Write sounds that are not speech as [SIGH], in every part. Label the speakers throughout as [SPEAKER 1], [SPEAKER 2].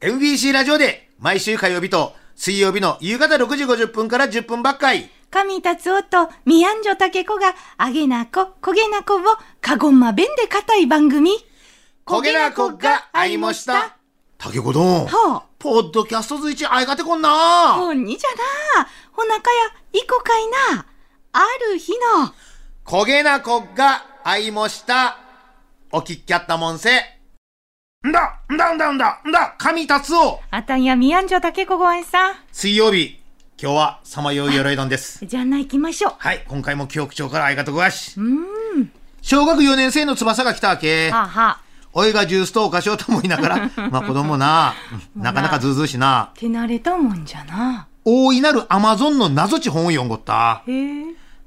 [SPEAKER 1] MBC ラジオで毎週火曜日と水曜日の夕方6時50分から10分ばっかり。
[SPEAKER 2] 神達夫とミアンジョタケコが、あげなこ、こげなこを、かごんま弁で固い番組。
[SPEAKER 1] 焦げなこがありました。。竹子どん。
[SPEAKER 2] は
[SPEAKER 1] ポッドキャストずいちあいがてこんな。
[SPEAKER 2] ほんにじゃな。ほなかや、いこかいな。ある日の、
[SPEAKER 1] 焦げなこが会いました。おきっきゃったもんせ。んだ、んだんだんだ、んだ、神達夫。
[SPEAKER 2] あたんやミアンジョタケコごあいさん。
[SPEAKER 1] 水曜日、今日はさまよいよろいどんです。
[SPEAKER 2] じゃあな、行きましょう。
[SPEAKER 1] はい、今回も記憶長から相方ごわし
[SPEAKER 2] う。ーん。
[SPEAKER 1] 小学4年生の翼が来たわけ。
[SPEAKER 2] はあ、はあ、
[SPEAKER 1] おいがジュースとお菓子をと思いながら、まあ子供な、なかなかずうずうしな、
[SPEAKER 2] 手慣れたもんじゃな。
[SPEAKER 1] 大いなるアマゾンの謎地本を読んごった。
[SPEAKER 2] へえ。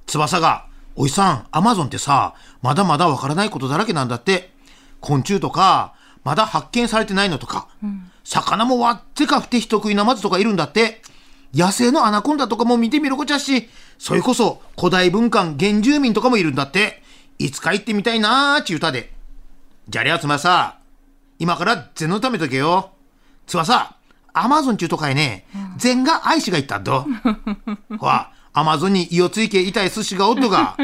[SPEAKER 1] 翼が、おいさん、アマゾンってさ、まだまだわからないことだらけなんだって。昆虫とか、まだ発見されてないのとか、魚も割ってか不て人食いなまずとかいるんだって。野生のアナコンダとかも見てみるこちゃし、それこそ古代文化原住民とかもいるんだって。いつか行ってみたいなーちゅう歌で。じゃりゃ翼、今から禅のためとけよ。翼、アマゾンちゅうとかへね、禅が愛しが行ったんだ。ほら、アマゾンに胃をついけいたい寿司がおっとが。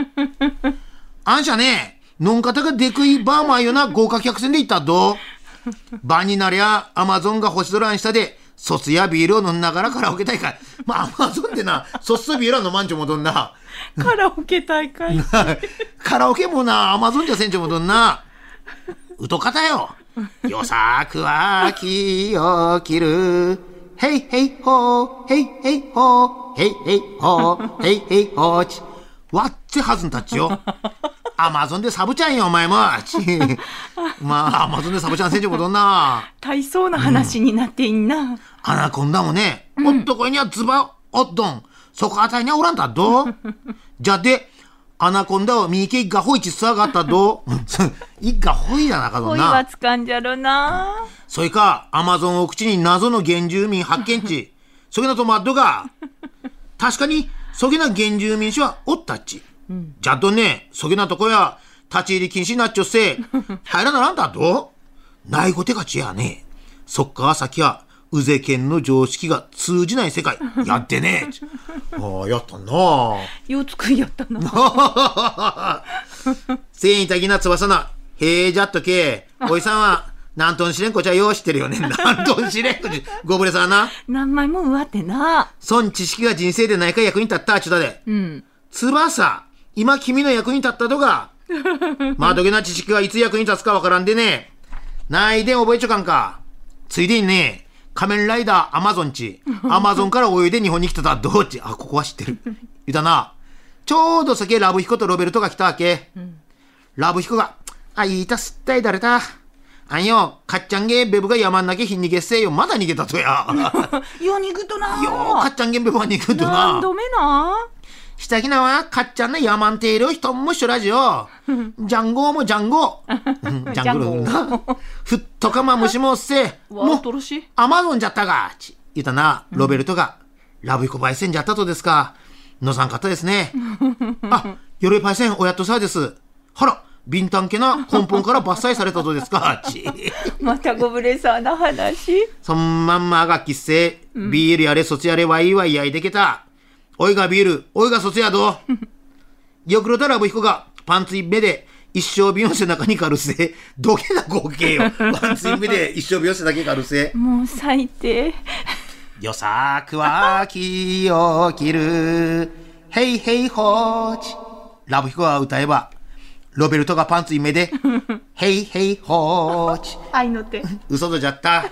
[SPEAKER 1] あんしゃね、のんかたがでくいバーマーよな豪華客船で行ったっど。晩になりゃ、アマゾンが星空に下で、卒やビールを飲んながらカラオケ大会。まあ、アマゾンでな、卒とビールは飲まんちょもどんな。
[SPEAKER 2] カラオケ大会。
[SPEAKER 1] [LAUGHS] カラオケもな、アマゾンじゃせんちょもどんな。うとかたよ。よさくは気を切る。ヘイヘイホー、ヘイヘイホー、ヘイヘイホー、ヘイヘイホーち。わっちはずんたちよ。アマゾンでサブちゃんよ、お前も。ちまあ、アマゾンでサブちゃんせんちょもどんな。
[SPEAKER 2] 大層な話になっていんな。
[SPEAKER 1] アナコンダもね、おっとこいにはズバおっどん、そこあたりにはおらんたっど。じゃで、アナコンダを右手一家ほいちすわがったっど。 [LAUGHS] 一家ほいだなかど
[SPEAKER 2] 恋
[SPEAKER 1] ん
[SPEAKER 2] は
[SPEAKER 1] な。
[SPEAKER 2] つかんじゃろな。
[SPEAKER 1] それか、アマゾンを口に謎の原住民発見地。そげなとまっどが。確かに、そげな原住民種はおったっち。じゃっとね、そげなとこや、立ち入り禁止になっちょっせ。入らならんだっど。ないごてがちやね。そっから先は、うぜけんの常識が通じない世界。やってね。ああ、やったなあ。
[SPEAKER 2] ようつくいやったな。
[SPEAKER 1] [LAUGHS] せいたぎな翼な、へえじゃっとけ、おいさんは、なんとんしれんこちゃよう知ってるよね。なんとんしれんこちゃ、ご無礼さんな。
[SPEAKER 2] 何枚もうわってな。
[SPEAKER 1] 損知識が人生でないか役に立った、ちゅだで。
[SPEAKER 2] うん。
[SPEAKER 1] 翼、今君の役に立ったとか。まあ、どげな知識はいつ役に立つかわからんでね。ないでん覚えちょかんか。ついでにね、仮面ライダーアマゾンち。アマゾンから泳いで日本に来てたどっち。あ、ここは知ってる。言うたな。ちょうど先ラブヒコとロベルトが来たわけ。ラブヒコが、あ、いたすったい誰だ。あんよ、かっちゃんげベブが山んなけひんにげっせよ。まだ逃げたとや。
[SPEAKER 2] [LAUGHS] よにぐとな。
[SPEAKER 1] よう、かっちゃんげベブは逃げとな
[SPEAKER 2] 何。度目な。
[SPEAKER 1] 下着なはかっちゃんのヤマンテールをひとんもしょらじ [LAUGHS] よ。ジャンゴーもジャンゴー。 [LAUGHS] うんジャングルうんな。ふっとかま虫もおっ [LAUGHS] せ。もう、
[SPEAKER 2] ろしい。
[SPEAKER 1] アマゾンじゃったが。ち言ったな、ロベルトが。ラブイコパイセンじゃったとですか。のさんかったです [LAUGHS] ね。あ、よろいパイセンおやっとさです。ほら、ビンタンけな根本から伐採されたとですか。 [LAUGHS] ち
[SPEAKER 2] またご無礼さんな話。
[SPEAKER 1] そんまんまあがきっせ、ビールやれ、そちやれ、ワイワイやいでけた。おいがビール、おいがそちやど。 [LAUGHS] よくろたらぶひこが、パンツ一目で、一生瓶を背中にかるせ。どけな光景よ。パンツ一目で一生瓶を背中にかるせ。
[SPEAKER 2] もう最低。
[SPEAKER 1] よさくは気を切る。ヘイヘイホーチ。ラブヒコが歌えば、ロベルトがパンツ一目で、ヘイヘイホーチ。
[SPEAKER 2] 愛の手。
[SPEAKER 1] 嘘とじゃった。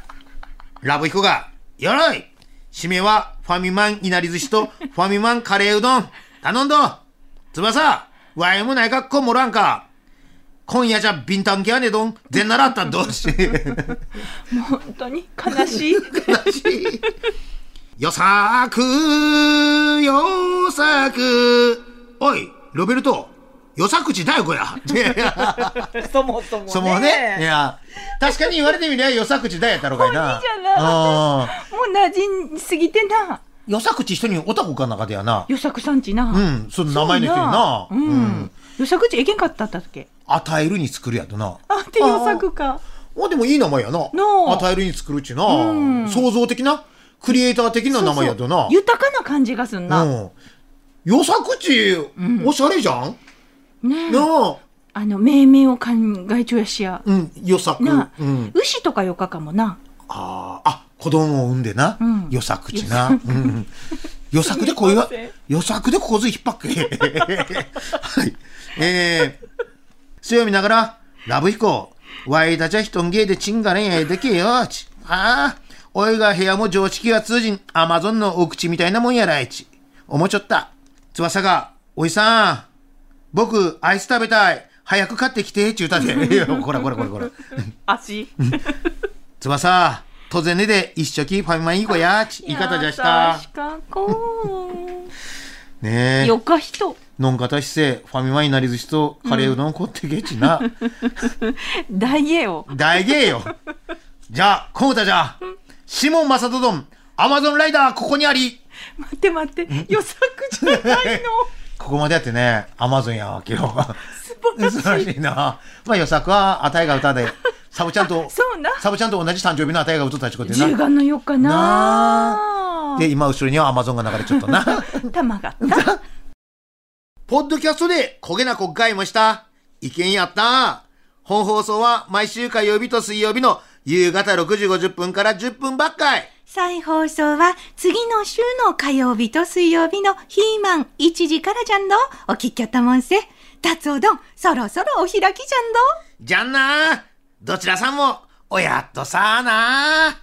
[SPEAKER 1] [LAUGHS] ラブヒコが、よろい締めはファミマンいなり寿司 [LAUGHS] とファミマンカレーうどん。頼んど翼わいもないかっこもらんか今夜じゃビンタンキャネドン、全ならったんどうし。 [LAUGHS]
[SPEAKER 2] 本当に悲しい。
[SPEAKER 1] 悲しい。よさく、よさく。おい、ロベルト、よさ口だよ、こ [LAUGHS] や。
[SPEAKER 2] [LAUGHS] そもそもね。
[SPEAKER 1] そのね。いや、確かに言われてみりゃ、よさ口だやったろかいな。
[SPEAKER 2] 本人じゃな
[SPEAKER 1] あ
[SPEAKER 2] もう馴染みすぎてな。
[SPEAKER 1] ーよさ口人におたこかなんかでやな。
[SPEAKER 2] よさくさんちな。
[SPEAKER 1] うん、その名前の人にな。
[SPEAKER 2] そうなうん。よさくちいけんかったったっけ。
[SPEAKER 1] 与えるに作るやとな。
[SPEAKER 2] あってよさくか。
[SPEAKER 1] あでもいい名前やな
[SPEAKER 2] あ
[SPEAKER 1] 与えるに作るっちな、
[SPEAKER 2] うん
[SPEAKER 1] 創造的なクリエイター的な名前やとな
[SPEAKER 2] そうそう豊かな感じがすんな。
[SPEAKER 1] うん、よさ口、
[SPEAKER 2] ん
[SPEAKER 1] おしゃれじゃん、
[SPEAKER 2] ねえ
[SPEAKER 1] なあ
[SPEAKER 2] あの、命名を考え中やしや。
[SPEAKER 1] うんよさく、
[SPEAKER 2] なあ
[SPEAKER 1] うん、
[SPEAKER 2] 牛とかよかかもな。
[SPEAKER 1] あーあ子供を産んでな、
[SPEAKER 2] うん
[SPEAKER 1] よさ口な、うん、よさくでこういう
[SPEAKER 2] すいません
[SPEAKER 1] よさくでここずい引っ張っけはいえー、強みながらラブ飛行わいだじゃひとんげいでちんがれんやいでけよちああおいが部屋も常識が通じんアマゾンのお口みたいなもんやらいちおもちょった翼がおいさん僕アイス食べたい早く買ってきてちゅうたでいやこらこらこらこら
[SPEAKER 2] 足。
[SPEAKER 1] 翼、当然ねで一緒きファミマいい子やち、言い方じゃした。
[SPEAKER 2] しかこ
[SPEAKER 1] ねえ
[SPEAKER 2] よ、か人。
[SPEAKER 1] のんかた姿勢、ファミマになりずしとカレーうどんこってけちな。
[SPEAKER 2] 大栄を。
[SPEAKER 1] 大芸よ。じゃあ、こうたじゃ。シモン・マサトドン、アマゾンライダーここにあり。
[SPEAKER 2] 待って待って、予作じゃないの。
[SPEAKER 1] [LAUGHS] ここまでやってね、アマゾンやわけよ。
[SPEAKER 2] 素晴
[SPEAKER 1] [LAUGHS]
[SPEAKER 2] ら
[SPEAKER 1] 素晴らしいな。まあ、予作は、あたいが歌で、サブちゃんと、
[SPEAKER 2] [LAUGHS] そうな。
[SPEAKER 1] サブちゃんと同じ誕生日のあたいが歌ったちこって
[SPEAKER 2] 10
[SPEAKER 1] な。
[SPEAKER 2] 月の4日
[SPEAKER 1] な
[SPEAKER 2] な。
[SPEAKER 1] で、今後ろにはアマゾンが流れちょっとな。
[SPEAKER 2] 玉があった。
[SPEAKER 1] ポッドキャストで焦げな国会もした。意見やった。本放送は毎週火曜日と水曜日の夕方6時50分から10分ばっかい。
[SPEAKER 2] 再放送は次の週の火曜日と水曜日のヒーマン1時からじゃんど。お聞きやったもんせ。達おどん、そろそろお開きじゃんど。
[SPEAKER 1] じゃんなどちらさんも、おやっとさあな